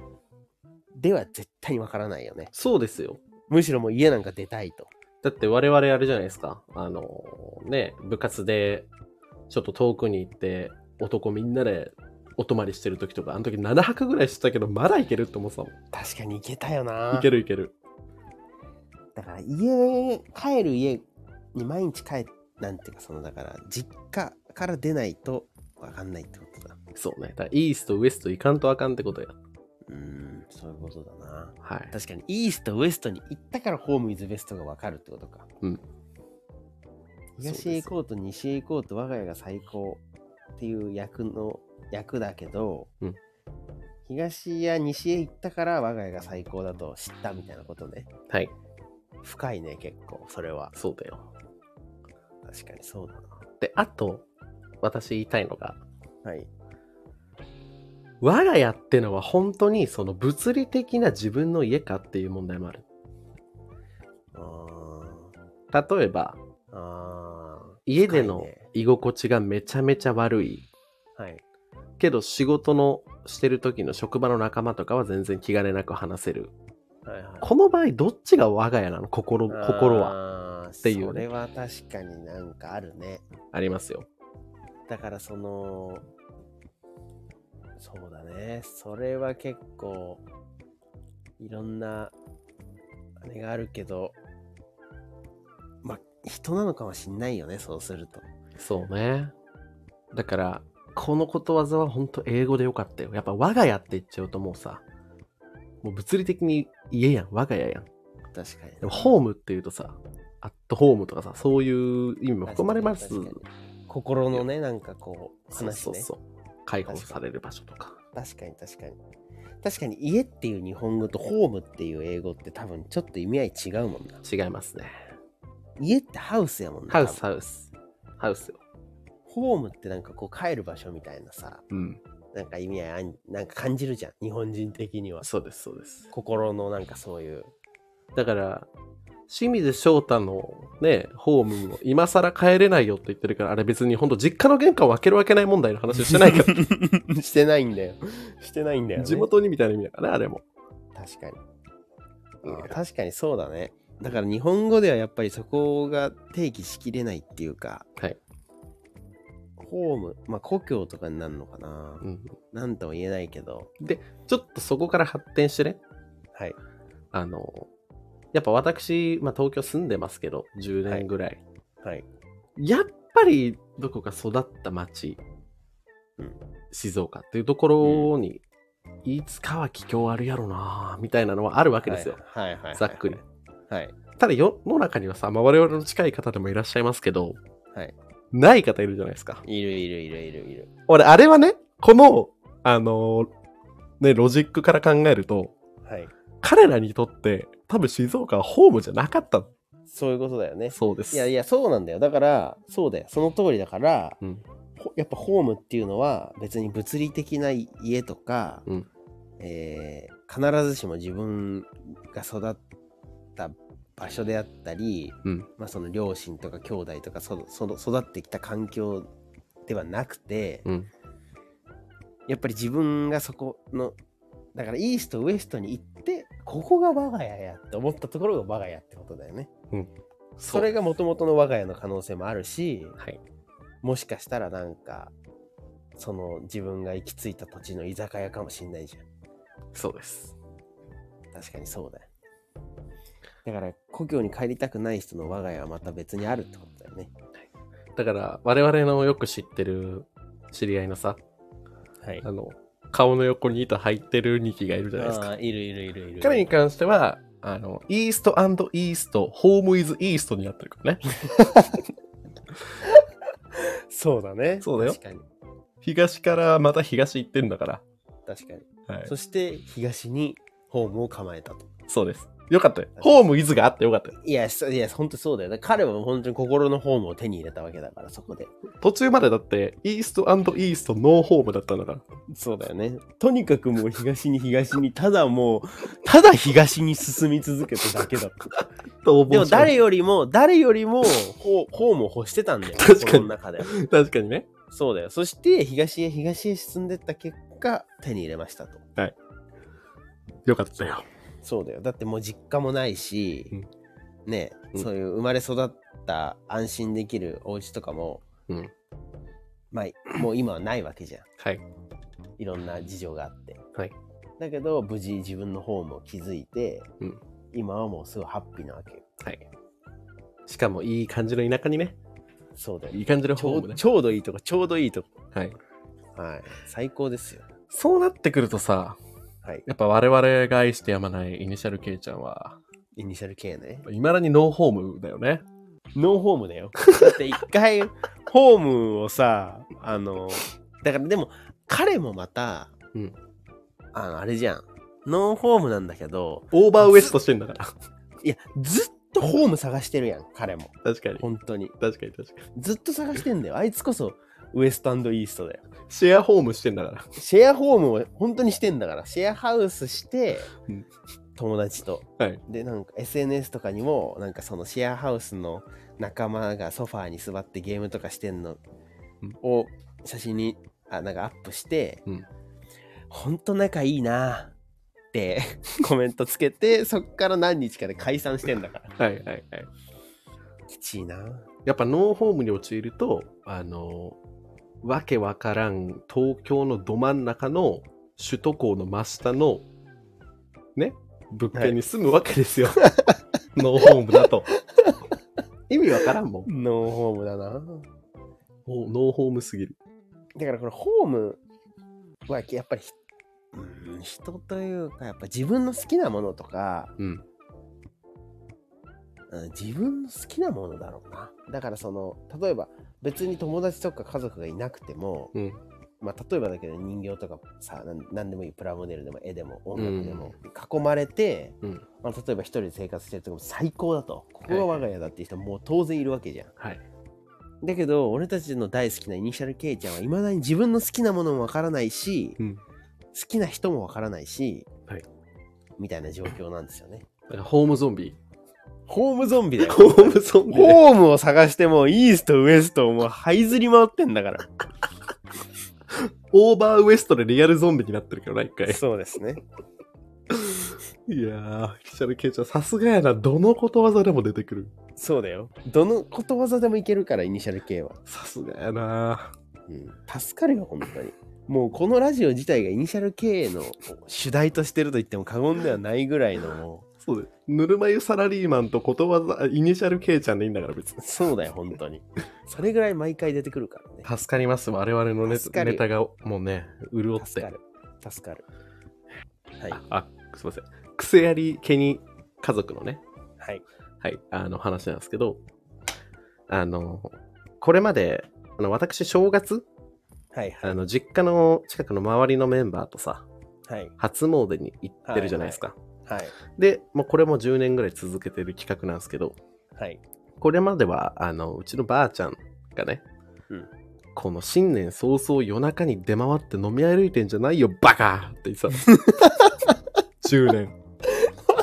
[SPEAKER 2] では絶対にわからないよね。
[SPEAKER 1] そうですよ。
[SPEAKER 2] むしろもう家なんか出たいと。
[SPEAKER 1] だって我々あれじゃないですか。あのね、部活でちょっと遠くに行って男みんなでお泊まりしてる時とか、あの時7泊ぐらいしてたけど、まだ行けるって思ってたもん。
[SPEAKER 2] 確かに行けたよな。
[SPEAKER 1] 行ける行ける。
[SPEAKER 2] だから家、帰る家に毎日帰っなんていうか、そのだから実家から出ないとわかんないってことだ。
[SPEAKER 1] そうね。だからイースとウエスト行かんとあかんってことや。
[SPEAKER 2] うーん、そういうことだな。
[SPEAKER 1] はい。
[SPEAKER 2] 確かにイーストウエストに行ったからホームイズベストがわかるってことか。
[SPEAKER 1] うん。
[SPEAKER 2] 東へ行こうと西へ行こうと我が家が最高っていう役の役だけど、
[SPEAKER 1] うん
[SPEAKER 2] 東や西へ行ったから我が家が最高だと知ったみたいなことね。
[SPEAKER 1] はい。
[SPEAKER 2] 深いね、結構、それは。
[SPEAKER 1] そうだよ。
[SPEAKER 2] 確かにそうだな。
[SPEAKER 1] で、あと、私言いたいのが、
[SPEAKER 2] はい。
[SPEAKER 1] 我が家ってのは本当にその物理的な自分の家かっていう問題もある。
[SPEAKER 2] あ
[SPEAKER 1] 例えば、
[SPEAKER 2] ーあ
[SPEAKER 1] 家での
[SPEAKER 2] 深いね
[SPEAKER 1] 居心地がめちゃめちゃ悪い。
[SPEAKER 2] ー。はい。
[SPEAKER 1] けど仕事のしてる時の職場の仲間とかは全然気兼ねなく話せる。
[SPEAKER 2] はいはい。
[SPEAKER 1] この場合どっちが我が家なの心、心は
[SPEAKER 2] は。
[SPEAKER 1] っていうね
[SPEAKER 2] それは確かになんかあるね。
[SPEAKER 1] ありますよ。
[SPEAKER 2] だからその、そうだね。それは結構、いろんな、あれがあるけど、まあ、人なのかもしんないよね、そうすると。
[SPEAKER 1] そうね。だから、このことわざは本当英語でよかったよ。やっぱ我が家って言っちゃうともうさ、もう物理的に家やん、我が家やん。
[SPEAKER 2] 確かに。
[SPEAKER 1] でもホームっていうとさ、アットホームとかさ、そういう意味も含まれます。
[SPEAKER 2] 確かに確かに心のね、なんかこう、話
[SPEAKER 1] そう
[SPEAKER 2] ね。
[SPEAKER 1] そうそう。解放される場所とか。
[SPEAKER 2] 確かに確かに。確かに家っていう日本語とホームっていう英語って多分ちょっと意味合い違うもんな。
[SPEAKER 1] 違いますね。
[SPEAKER 2] 家ってハウスやもんな。
[SPEAKER 1] ハウス、
[SPEAKER 2] 多分
[SPEAKER 1] ハウス。ハウスよ。
[SPEAKER 2] ホームってなんかこう帰る場所みたいなさ、
[SPEAKER 1] うん。
[SPEAKER 2] なんか意味合いあん、なんか感じるじゃん。日本人的には。
[SPEAKER 1] そうです、そうです。
[SPEAKER 2] 心のなんかそういう。
[SPEAKER 1] だから、清水翔太のね、ホームも今更帰れないよって言ってるから、あれ別に本当実家の玄関を開けるわけない問題の話をしてないから、
[SPEAKER 2] してないんだよ。してないんだよ、ね。
[SPEAKER 1] 地元にみたいな意味だからね、あれも。
[SPEAKER 2] 確かに。
[SPEAKER 1] うん
[SPEAKER 2] あー確かにそうだね。だから日本語ではやっぱりそこが定義しきれないっていうか、
[SPEAKER 1] はい。
[SPEAKER 2] ホーム、まあ故郷とかになるのかな。
[SPEAKER 1] うん、
[SPEAKER 2] なんとも言えないけど、
[SPEAKER 1] ちょっとそこから発展してね、
[SPEAKER 2] はい。
[SPEAKER 1] あの、やっぱ私、まあ、東京住んでますけど、10年ぐらい。
[SPEAKER 2] はい。
[SPEAKER 1] やっぱりどこか育った町、
[SPEAKER 2] うん
[SPEAKER 1] 静岡っていうところに、いつかは帰郷あるやろなみたいなのはあるわけですよ。
[SPEAKER 2] はいはいはいはい。
[SPEAKER 1] ざっくり。
[SPEAKER 2] はい。
[SPEAKER 1] ただ世の中にはさ、まあ、我々の近い方でもいらっしゃいますけど、
[SPEAKER 2] はい
[SPEAKER 1] ない方いるじゃないですか。
[SPEAKER 2] いるいるいるいるいる。
[SPEAKER 1] 俺、あれはね、この、あのーね、ロジックから考えると、
[SPEAKER 2] はい。
[SPEAKER 1] 彼らにとって、多分静岡はホームじゃなかった
[SPEAKER 2] そういうことだよね。
[SPEAKER 1] そうです。
[SPEAKER 2] いやいや、そうなんだよ。だから、そうだよ。その通りだから、
[SPEAKER 1] うん
[SPEAKER 2] ほやっぱホームっていうのは別に物理的な家とか、
[SPEAKER 1] うん
[SPEAKER 2] えー必ずしも自分が育った場所であったり、
[SPEAKER 1] うん
[SPEAKER 2] まあ、その両親とか兄弟とかそその育ってきた環境ではなくて、
[SPEAKER 1] うん
[SPEAKER 2] やっぱり自分がそこのだからイーストウエストに行ってここが我が家やって思ったところが我が家ってことだよね。それがもともとの我が家の可能性もあるし、
[SPEAKER 1] はい
[SPEAKER 2] もしかしたらなんかその自分が行き着いた土地の居酒屋かもしんないじゃん
[SPEAKER 1] そうです。
[SPEAKER 2] 確かにそうだよだから故郷に帰りたくない人の我が家はまた別にあるってことだよね
[SPEAKER 1] だから、我々のよく知ってる知り合いのさ、
[SPEAKER 2] はい
[SPEAKER 1] あの、顔の横に糸入ってるニキがいるじゃないです
[SPEAKER 2] あ
[SPEAKER 1] か。
[SPEAKER 2] あいるいるいるいる
[SPEAKER 1] 彼に関しては、あの、イーストイースト、ホームイズイーストになってるからね。
[SPEAKER 2] そうだね
[SPEAKER 1] そうだよ
[SPEAKER 2] 確かに
[SPEAKER 1] 東からまた東行ってんだから。
[SPEAKER 2] 確かに、
[SPEAKER 1] はい
[SPEAKER 2] そして東にホームを構えたと
[SPEAKER 1] そうです。よかったよ。ホームイズがあってよかったよ。
[SPEAKER 2] いやそいや本当そうだよだから彼は本当に心のホームを手に入れたわけだからそこで
[SPEAKER 1] 途中までだって、イーストイーストノーホームだったんだから。
[SPEAKER 2] そうだよね。とにかくもう東に東に、ただもう、ただ東に進み続けただけだった。
[SPEAKER 1] と
[SPEAKER 2] でも誰よりも、誰よりも、ホホームを欲してたんだよ。
[SPEAKER 1] 確かに
[SPEAKER 2] 心の中で。
[SPEAKER 1] 確かにね。
[SPEAKER 2] そうだよ。そして、東へ東へ進んでった結果、手に入れましたと。
[SPEAKER 1] よかったよ。
[SPEAKER 2] そうだよ。だってもう実家もないし、ね、
[SPEAKER 1] うん
[SPEAKER 2] そういう生まれ育った安心できるお家とかも、
[SPEAKER 1] うん
[SPEAKER 2] まあ、もう今はないわけじゃん。
[SPEAKER 1] はい。
[SPEAKER 2] いろんな事情があって。
[SPEAKER 1] はい
[SPEAKER 2] だけど、無事自分のホームを築いて、
[SPEAKER 1] うん
[SPEAKER 2] 今はもうすごいハッピーなわけよ。
[SPEAKER 1] はい。しかも、いい感じの田舎にね。
[SPEAKER 2] そうだよ。
[SPEAKER 1] いい感じの
[SPEAKER 2] ちょ
[SPEAKER 1] 方も
[SPEAKER 2] う
[SPEAKER 1] ね。
[SPEAKER 2] ちょうどいいとこ、ちょうどいいとこ。
[SPEAKER 1] はい。
[SPEAKER 2] はい。最高ですよ。
[SPEAKER 1] そうなってくるとさ、
[SPEAKER 2] はい。
[SPEAKER 1] やっぱ我々が愛してやまないイニシャル K ちゃんは、
[SPEAKER 2] イニシャル K ね。
[SPEAKER 1] いまだにノーホームだよね。
[SPEAKER 2] ノーホームだよ。だって一回、ホームをさ、あの、だからでも、彼もまた、
[SPEAKER 1] うん
[SPEAKER 2] あの、あれじゃん。ノーホームなんだけど、
[SPEAKER 1] オーバーウエストしてんだ から。
[SPEAKER 2] いや、ずっとホーム探してるやん、彼も。
[SPEAKER 1] 確かに。
[SPEAKER 2] 本当に。
[SPEAKER 1] 確かに確かに。
[SPEAKER 2] ずっと探してんだよ。あいつこそ、ウエストイーストだよ。
[SPEAKER 1] シェアホームしてんだから。
[SPEAKER 2] シェアホームを本当にしてんだから、シェアハウスして
[SPEAKER 1] うん、
[SPEAKER 2] 友達と。
[SPEAKER 1] はい
[SPEAKER 2] で、なんか SNS とかにも、なんかそのシェアハウスの仲間がソファーに座ってゲームとかしてんの
[SPEAKER 1] うん
[SPEAKER 2] を写真に、あ、なんかアップして
[SPEAKER 1] うん、
[SPEAKER 2] ほんと仲いいなって コメントつけて、そっから何日かで解散してんだから。
[SPEAKER 1] はいはいはい。
[SPEAKER 2] きちいな
[SPEAKER 1] やっぱノーホームに陥ると、あの、わけわからん東京のど真ん中の首都高の真下の、ね、物件に住むわけですよ。 ノーホームだと。意味わからんもん。
[SPEAKER 2] ノーホームだな
[SPEAKER 1] もうノーホームすぎる。
[SPEAKER 2] だからこれホームはやっぱりひうん人というかやっぱ自分の好きなものとか、
[SPEAKER 1] うん。
[SPEAKER 2] うん自分の好きなものだろうなだからその例えば別に友達とか家族がいなくても、
[SPEAKER 1] うん
[SPEAKER 2] まあ、例えばだけど人形とかさなん何でもいいプラモデルでも絵でも音楽でも囲まれて、
[SPEAKER 1] うん。
[SPEAKER 2] まあ、例えば一人で生活してるとこも最高だとここが我が家だっていう人も当然いるわけじゃん
[SPEAKER 1] はい。
[SPEAKER 2] だけど俺たちの大好きなイニシャル K ちゃんはいまだに自分の好きなものもわからないし、
[SPEAKER 1] うん
[SPEAKER 2] 好きな人もわからないし、
[SPEAKER 1] はい
[SPEAKER 2] みたいな状況なんですよね。
[SPEAKER 1] だからホームゾンビ。
[SPEAKER 2] ホームゾンビだよ。
[SPEAKER 1] ホームゾンビね、
[SPEAKER 2] ホームを探してもうイーストウエストをもう這いずり回ってんだ から。
[SPEAKER 1] オーバーウエストでリアルゾンビになってるけどな、一回。
[SPEAKER 2] そうですね。
[SPEAKER 1] いやー、キシャルケイちゃん、さすがやな。どのことわざでも出てくる。
[SPEAKER 2] そうだよ。どのことわざでもいけるからイニシャル K は。
[SPEAKER 1] さすがやな。
[SPEAKER 2] うん、助かるよ本当に。もうこのラジオ自体がイニシャル K の主題としてると言っても過言ではないぐらいの も
[SPEAKER 1] そうだよぬるま湯サラリーマンとことわざ、イニシャル K ちゃんでいいんだから別に
[SPEAKER 2] う。そうだよ本当に。それぐらい毎回出てくるからね。
[SPEAKER 1] 助かります。我々のネ
[SPEAKER 2] 助かる
[SPEAKER 1] ネタがもうね、潤って。
[SPEAKER 2] 助かる助かるはい
[SPEAKER 1] ああ、すいません。癖あり毛に家族のね、
[SPEAKER 2] はい
[SPEAKER 1] はい、あの話なんですけど、あの、これまで、あの私、正月、
[SPEAKER 2] はい
[SPEAKER 1] あの、実家の近くの周りのメンバーとさ、
[SPEAKER 2] はい
[SPEAKER 1] 初詣に行ってるじゃないですか。
[SPEAKER 2] はい
[SPEAKER 1] で、もうこれも10年ぐらい続けてる企画なんですけど、
[SPEAKER 2] はい
[SPEAKER 1] これまでは、あの、うちのばあちゃんがね、
[SPEAKER 2] うん
[SPEAKER 1] この新年早々夜中に出回って飲み歩いてんじゃないよ、バカって言ってたの。10年。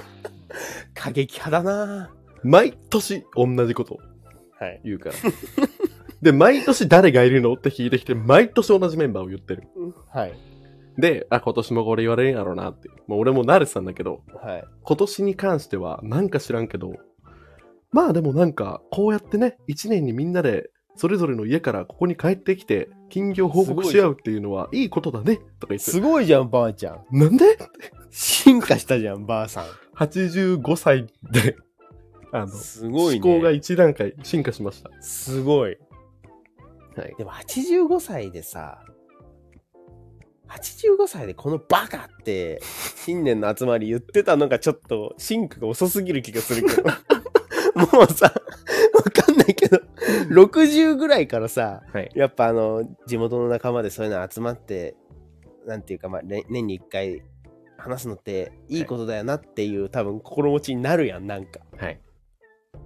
[SPEAKER 2] 過激派だな
[SPEAKER 1] 毎年同じこと
[SPEAKER 2] はい
[SPEAKER 1] 言う から。で、毎年誰がいるのって聞いてきて、毎年同じメンバーを言ってる。
[SPEAKER 2] はい
[SPEAKER 1] で、あ、今年もこれ言われるんやろうなって。もう俺も慣れてたんだけど、
[SPEAKER 2] はい
[SPEAKER 1] 今年に関してはなんか知らんけどまあでもなんかこうやってね1年にみんなでそれぞれの家からここに帰ってきて金魚を報告し合うっていうのはいいことだねとか言って
[SPEAKER 2] すごいじゃんばあちゃん
[SPEAKER 1] なんで
[SPEAKER 2] 進化したじゃんばあさん
[SPEAKER 1] ?85 歳であの
[SPEAKER 2] す
[SPEAKER 1] 思考が1段階進化しました
[SPEAKER 2] すごい
[SPEAKER 1] はい
[SPEAKER 2] でも85歳でさ85歳でこのバカって新年の集まり言ってたのがちょっと進化が遅すぎる気がするけどもうさわかんないけど60ぐらいからさ
[SPEAKER 1] はい
[SPEAKER 2] やっぱあの地元の仲間でそういうの集まってなんていうか、まあ、れ年に1回話すのっていいことだよなっていう、多分心持ちになるやんなんか
[SPEAKER 1] はい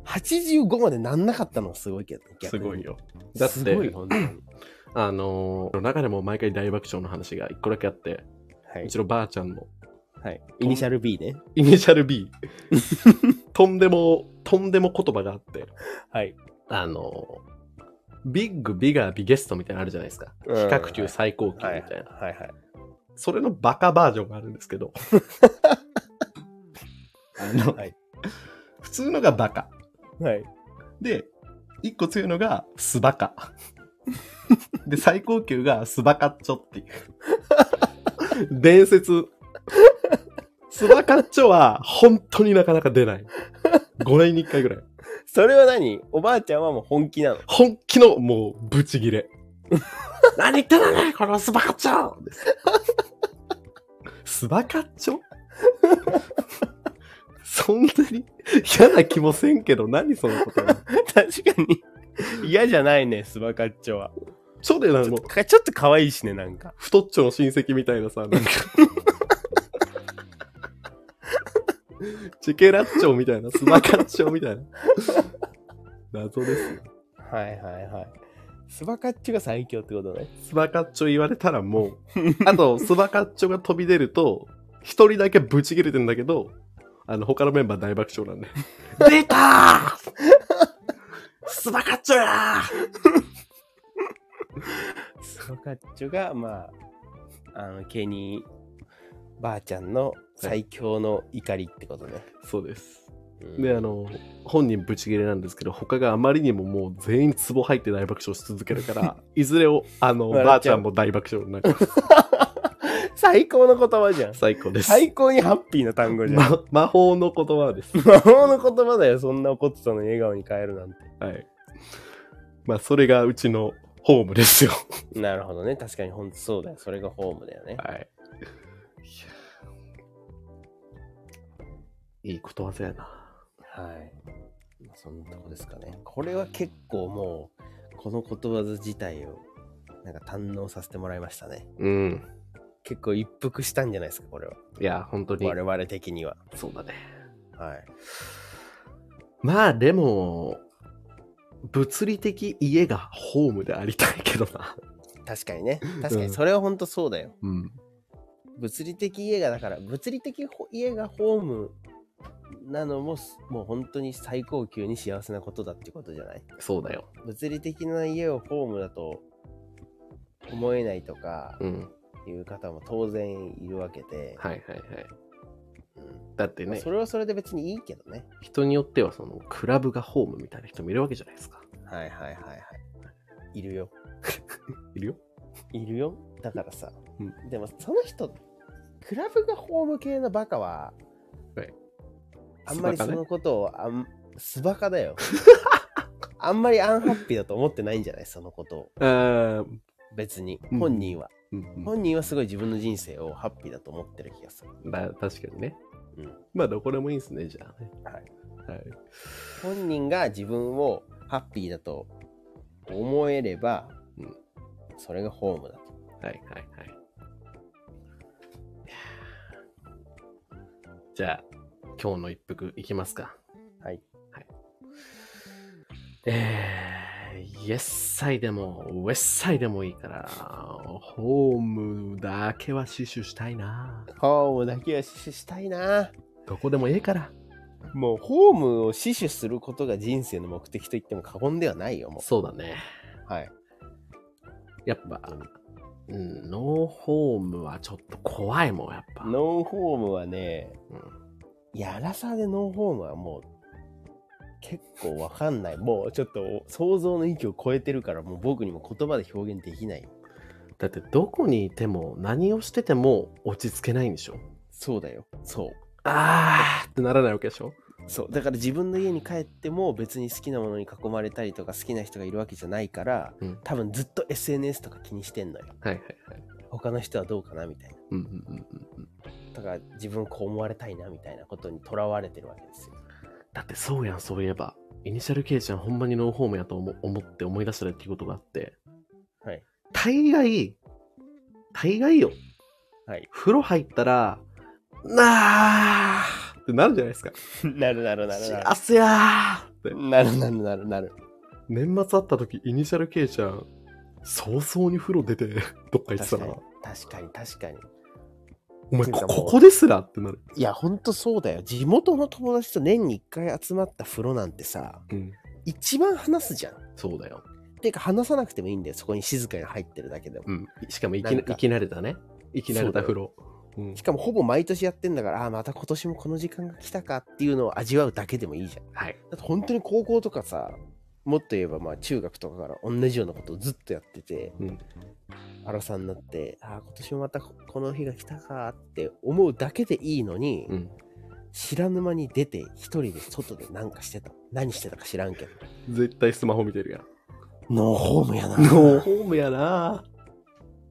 [SPEAKER 2] 85までなんなかったのがすごいけど
[SPEAKER 1] すごいよだ
[SPEAKER 2] だ
[SPEAKER 1] って
[SPEAKER 2] すごい本当に、
[SPEAKER 1] あのー中でも毎回大爆笑の話が1個だけあって
[SPEAKER 2] は
[SPEAKER 1] う
[SPEAKER 2] い
[SPEAKER 1] ちのばあちゃんの
[SPEAKER 2] はい、イニシャル B ね
[SPEAKER 1] イニシャル B とんでもとんでも言葉があって
[SPEAKER 2] はい
[SPEAKER 1] あの、ビッグ、ビガー、ビゲストみたいなのあるじゃないですか。比
[SPEAKER 2] うん
[SPEAKER 1] 較級、最高級みたいな。
[SPEAKER 2] はいはいはい
[SPEAKER 1] それのバカバージョンがあるんですけど。 あの、
[SPEAKER 2] はい
[SPEAKER 1] 普通のがバカ。
[SPEAKER 2] はい。
[SPEAKER 1] で、一個強いのがスバカ。で、最高級がスバカッチョっていう。伝説。スバカッチョは本当になかなか出ない。5年に1回ぐらい。
[SPEAKER 2] それは何おばあちゃんはもう 本気なの。
[SPEAKER 1] 本気のもうブチギレ。 何言ってんだねこのスバカッチョです。スバカッチョそんなに嫌な気もせんけど何そのこと
[SPEAKER 2] 確かに。嫌じゃないね、スバカッチョは。
[SPEAKER 1] チョでな
[SPEAKER 2] ちょ
[SPEAKER 1] の
[SPEAKER 2] っとかちょっと可愛いしね、なんか。
[SPEAKER 1] 太っちょの親戚みたいなさ、なんかチェケラッチョみたいな、スマカッチョみたいな。謎ですよ。
[SPEAKER 2] はいはいはい。スバカッチョが最強ってことね。
[SPEAKER 1] スマカッチョ言われたらもう、あと、スマカッチョが飛び出ると、一人だけブチ切れてんだけど、あの、他のメンバー大爆笑なんで。出たースマカッチョやー
[SPEAKER 2] スバカッチョが、まあ、あの、ケニーばあちゃんの最強の怒りってことね。
[SPEAKER 1] そうです。
[SPEAKER 2] うん
[SPEAKER 1] であの本人ブチギレなんですけど他があまりにももう全員ツボ入って大爆笑し続けるから いずれをあの
[SPEAKER 2] 笑っちゃ
[SPEAKER 1] ばあちゃ
[SPEAKER 2] う
[SPEAKER 1] んも大爆笑になる
[SPEAKER 2] 最高の言 葉じゃん。
[SPEAKER 1] 最高です、
[SPEAKER 2] 最高にハッピーな単語じゃん。
[SPEAKER 1] ま魔法の言葉です
[SPEAKER 2] 魔法の言葉だよ、そんな怒ってたのに笑顔に変えるなんて。
[SPEAKER 1] はいまあそれがうちのホームですよ
[SPEAKER 2] なるほどね、確かに本当そうだよ。それがホームだよね。
[SPEAKER 1] はいいやいいことわざやな
[SPEAKER 2] はい。まあそんなとこですかね。これは結構もう、このことわざ自体を、なんか堪能させてもらいましたね。
[SPEAKER 1] うん
[SPEAKER 2] 結構一服したんじゃないですか、これは。
[SPEAKER 1] いや本当に
[SPEAKER 2] 我々的には。
[SPEAKER 1] そうだね
[SPEAKER 2] はい。
[SPEAKER 1] まあでも物理的家がホームでありたいけどな
[SPEAKER 2] 確か にね。確かに、それは本当そうだよ。
[SPEAKER 1] うん
[SPEAKER 2] 物理的家が、だから、物理的ほ家がホームなのも、すもう本当に最高級に幸せなことだってことじゃない
[SPEAKER 1] そうだよ
[SPEAKER 2] 物理的な家をホームだと思えないとか
[SPEAKER 1] うん
[SPEAKER 2] いう方も当然いるわけで、
[SPEAKER 1] はいはいはい。
[SPEAKER 2] うん
[SPEAKER 1] だって
[SPEAKER 2] まあ
[SPEAKER 1] ね
[SPEAKER 2] そ、れはそれで別にいいけどね。
[SPEAKER 1] 人によってはそのクラブがホームみたいな人もいるわけじゃないですか。
[SPEAKER 2] はいはいはいはい。いるよ。
[SPEAKER 1] いるよ。
[SPEAKER 2] いるよ。だからさ、
[SPEAKER 1] う
[SPEAKER 2] でもその人、クラブがホーム系のバカは、
[SPEAKER 1] はい
[SPEAKER 2] あんまり
[SPEAKER 1] スバ
[SPEAKER 2] そ
[SPEAKER 1] カね
[SPEAKER 2] のことをあん、スバカ だよ。あんまりアンハッピーだと思ってないんじゃないそのことを。
[SPEAKER 1] あ
[SPEAKER 2] 別に
[SPEAKER 1] うん
[SPEAKER 2] 本人は、
[SPEAKER 1] うん、
[SPEAKER 2] 本人はすごい自分の人生をハッピーだと思ってる気がする。
[SPEAKER 1] まあ確かにね。
[SPEAKER 2] うん
[SPEAKER 1] まあどこでもいいですね、じゃあね。
[SPEAKER 2] はい
[SPEAKER 1] はい。
[SPEAKER 2] 本人が自分をハッピーだと思えれば、
[SPEAKER 1] うん
[SPEAKER 2] それがホームだと。
[SPEAKER 1] はいはいはい。いやーじゃあ、今日の一服いきますか。
[SPEAKER 2] はい。
[SPEAKER 1] はい、えー、イエスサイでも、ウエスサイでもいいから、ホームだけは死守したいな。
[SPEAKER 2] ホームだけは死守したいな。
[SPEAKER 1] どこでもええから。
[SPEAKER 2] もうホームを死守することが人生の目的と言っても過言ではないよ、も
[SPEAKER 1] そうだね。
[SPEAKER 2] う。はい。
[SPEAKER 1] やっぱ、うん、ノーホームはちょっと怖いもん、やっぱ。
[SPEAKER 2] ノンホームはね、
[SPEAKER 1] うん
[SPEAKER 2] やらさでノンホームはもう結構わかんない。もうちょっと想像の域を超えてるから、もう僕にも言葉で表現できない。
[SPEAKER 1] だって、どこにいても、何をしてても落ち着けないんでしょ。
[SPEAKER 2] そうだよ。そう。
[SPEAKER 1] あーってならないわけでしょ。
[SPEAKER 2] そうだから自分の家に帰っても別に好きなものに囲まれたりとか好きな人がいるわけじゃないから、
[SPEAKER 1] うん
[SPEAKER 2] 多分ずっと SNS とか気にしてんのよ
[SPEAKER 1] はいはいはい。
[SPEAKER 2] 他の人はどうかなみたいな
[SPEAKER 1] うんうんうんうんうん。
[SPEAKER 2] とか自分こう思われたいなみたいなことにとらわれてるわけですよ
[SPEAKER 1] だって、そうやん、そういえば。イニシャル K ちゃん、ほんまにノーホームやと思思って思い出した出来事があって、
[SPEAKER 2] はい
[SPEAKER 1] 大概、大概よ。
[SPEAKER 2] はい
[SPEAKER 1] 風呂入ったら、なーってなるじゃないですか。
[SPEAKER 2] なるなるなるな
[SPEAKER 1] 幸せやーって
[SPEAKER 2] る。なるなるなるなる
[SPEAKER 1] 年末会った時イニシャル K ちゃん早々に風呂出てどっか行ってた
[SPEAKER 2] 確か
[SPEAKER 1] な
[SPEAKER 2] に確かに確かに
[SPEAKER 1] お前
[SPEAKER 2] ていうか
[SPEAKER 1] こ
[SPEAKER 2] もう
[SPEAKER 1] ここですらってなる、
[SPEAKER 2] いやほんとそうだよ地元の友達と年に1回集まった風呂なんてさ
[SPEAKER 1] うん、
[SPEAKER 2] 一番話すじゃん
[SPEAKER 1] そうだよ、
[SPEAKER 2] ていうか話さなくてもいいんだよそこに静かに入ってるだけでも
[SPEAKER 1] うん、しかもいき
[SPEAKER 2] なん
[SPEAKER 1] 生
[SPEAKER 2] か
[SPEAKER 1] き慣れたね生き慣れた風呂。うん
[SPEAKER 2] しかもほぼ毎年やってんだから、ああ、また今年もこの時間が来たかっていうのを味わうだけでもいいじゃん。
[SPEAKER 1] はい。
[SPEAKER 2] だって本当に高校とかさ、もっと言えばまあ中学とかから同じようなことをずっとやってて、
[SPEAKER 1] うん
[SPEAKER 2] アラサーになって、ああ、今年もまたここの日が来たかって思うだけでいいのに、
[SPEAKER 1] うん。
[SPEAKER 2] 知らぬ間に出て一人で外で何かしてた。何してたか知らんけど。
[SPEAKER 1] 絶対スマホ見てるやん。
[SPEAKER 2] ノーホームやな。
[SPEAKER 1] ノーホームやな。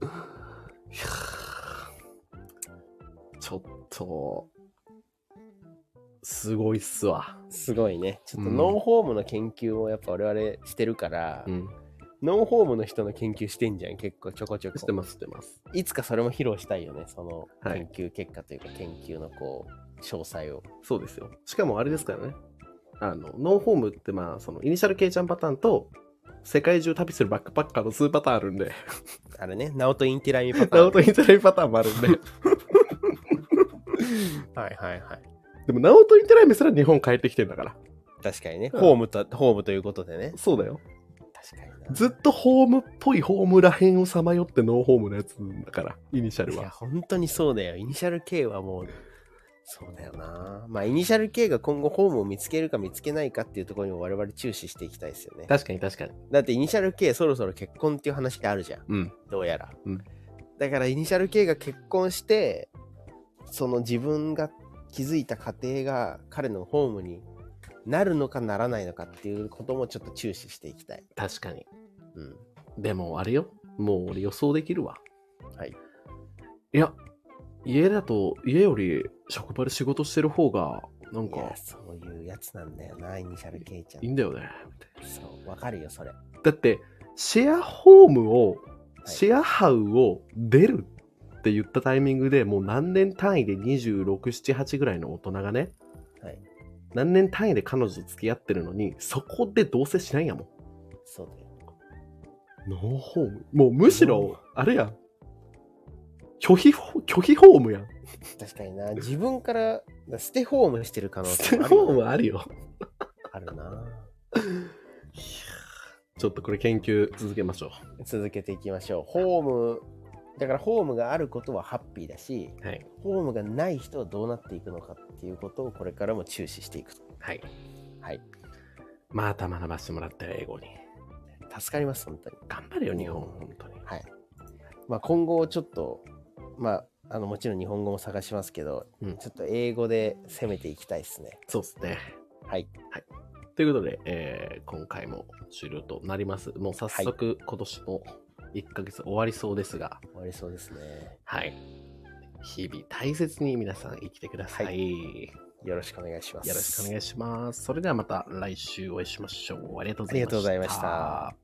[SPEAKER 1] いやーちょっと、すごいっすわ。
[SPEAKER 2] すごいね。ちょっと
[SPEAKER 1] うん
[SPEAKER 2] ノーホームの研究をやっぱ我々してるから、
[SPEAKER 1] うん。
[SPEAKER 2] ノーホームの人の研究してんじゃん、結構ちょこちょ
[SPEAKER 1] して
[SPEAKER 2] こ。
[SPEAKER 1] ます、してます。
[SPEAKER 2] いつかそれも披露したいよね、その
[SPEAKER 1] はい
[SPEAKER 2] 研究結果というか、研究のこう、詳細を。
[SPEAKER 1] そうですよ。しかもあれですからね。あの、ノーホームって、まあ、その、イニシャルケイちゃんパターンと、世界中旅するバックパッカーの数パターンあるんで、
[SPEAKER 2] あれね、ナオトインティラミパタ
[SPEAKER 1] ナ
[SPEAKER 2] ー
[SPEAKER 1] オ
[SPEAKER 2] ン。
[SPEAKER 1] トインテラミパターンもあ るんで、
[SPEAKER 2] はいはいはい。
[SPEAKER 1] でもナオトインテラミすら日本帰ってきてんだから。
[SPEAKER 2] 確かにね、
[SPEAKER 1] うん
[SPEAKER 2] ホームと、ホームということでね。
[SPEAKER 1] そうだよ。
[SPEAKER 2] 確かにな。
[SPEAKER 1] ずっとホームっぽいホームらへんをさまよってノーホームのやつだから、イニシャル
[SPEAKER 2] いや、
[SPEAKER 1] は。
[SPEAKER 2] 本当にそうだよ。イニシャル K はもう、そうだよな。まあ、イニシャル K が今後ホームを見つけるか見つけないかっていうところにも我々注視していきたいですよね。
[SPEAKER 1] 確かに確かに。
[SPEAKER 2] だってイニシャル K そろそろ結婚っていう話があるじゃん。
[SPEAKER 1] うん。
[SPEAKER 2] どうやら。
[SPEAKER 1] うん
[SPEAKER 2] だからイニシャル K が結婚して、その自分が築いた家庭が彼のホームになるのかならないのかっていうこともちょっと注視していきたい。
[SPEAKER 1] 確かに。
[SPEAKER 2] うん。
[SPEAKER 1] でもあれよ。もう俺予想できるわ。
[SPEAKER 2] はい。
[SPEAKER 1] いや、家だと、家より職場で仕事してる方が、なん
[SPEAKER 2] いや
[SPEAKER 1] か、、
[SPEAKER 2] そういうやつなんだよな、イニシャル K ちゃん
[SPEAKER 1] いい。んだよね。
[SPEAKER 2] そう、わかるよ、それ。
[SPEAKER 1] だって、シェアホームを、
[SPEAKER 2] い
[SPEAKER 1] シェアハウを出るって言ったタイミングでもう何年単位で26、7、8ぐらいの大人がね、
[SPEAKER 2] はい。
[SPEAKER 1] 何年単位で彼女と付き合ってるのに、そこで同棲しないんやもん。
[SPEAKER 2] そうだよ。
[SPEAKER 1] ノーホームもうむしろ、あれやん。拒否ホ、拒否ホームやん。
[SPEAKER 2] 確かにな、自分からステホームしてる可能
[SPEAKER 1] ステ
[SPEAKER 2] 性もある
[SPEAKER 1] ホーム
[SPEAKER 2] な
[SPEAKER 1] あるよ。
[SPEAKER 2] あるな。
[SPEAKER 1] ちょっとこれ研究続けましょ
[SPEAKER 2] 続けていきましょう。ホーム、だからホームがあることはハッピーだし、
[SPEAKER 1] う。はい。
[SPEAKER 2] ホームがない人はどうなっていくのかっていうことをこれからも注視していくと。
[SPEAKER 1] はい。
[SPEAKER 2] はい。
[SPEAKER 1] また学ばしてもらったよ、英語に。
[SPEAKER 2] 助かります、本当に。
[SPEAKER 1] 頑張れよ、日本、本当に。
[SPEAKER 2] はい。まあ、今後ちょっと、まあ、あのもちろん日本語も探しますけど、
[SPEAKER 1] うん
[SPEAKER 2] ちょっと英語で攻めていきたいですね。
[SPEAKER 1] そうっすね。
[SPEAKER 2] はい。
[SPEAKER 1] ということで、えー今回も終了となります。もう早速、今年も1ヶ月終わりそうですが、
[SPEAKER 2] 終わりそうですね。
[SPEAKER 1] はい。日々大切に皆さん生きてくださ、
[SPEAKER 2] はいよろしくお願いします。
[SPEAKER 1] よろしくお願いします。それではまた来週お会いしましょう。ありがとうございました。
[SPEAKER 2] あ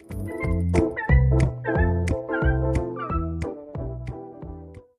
[SPEAKER 2] りがとうございました。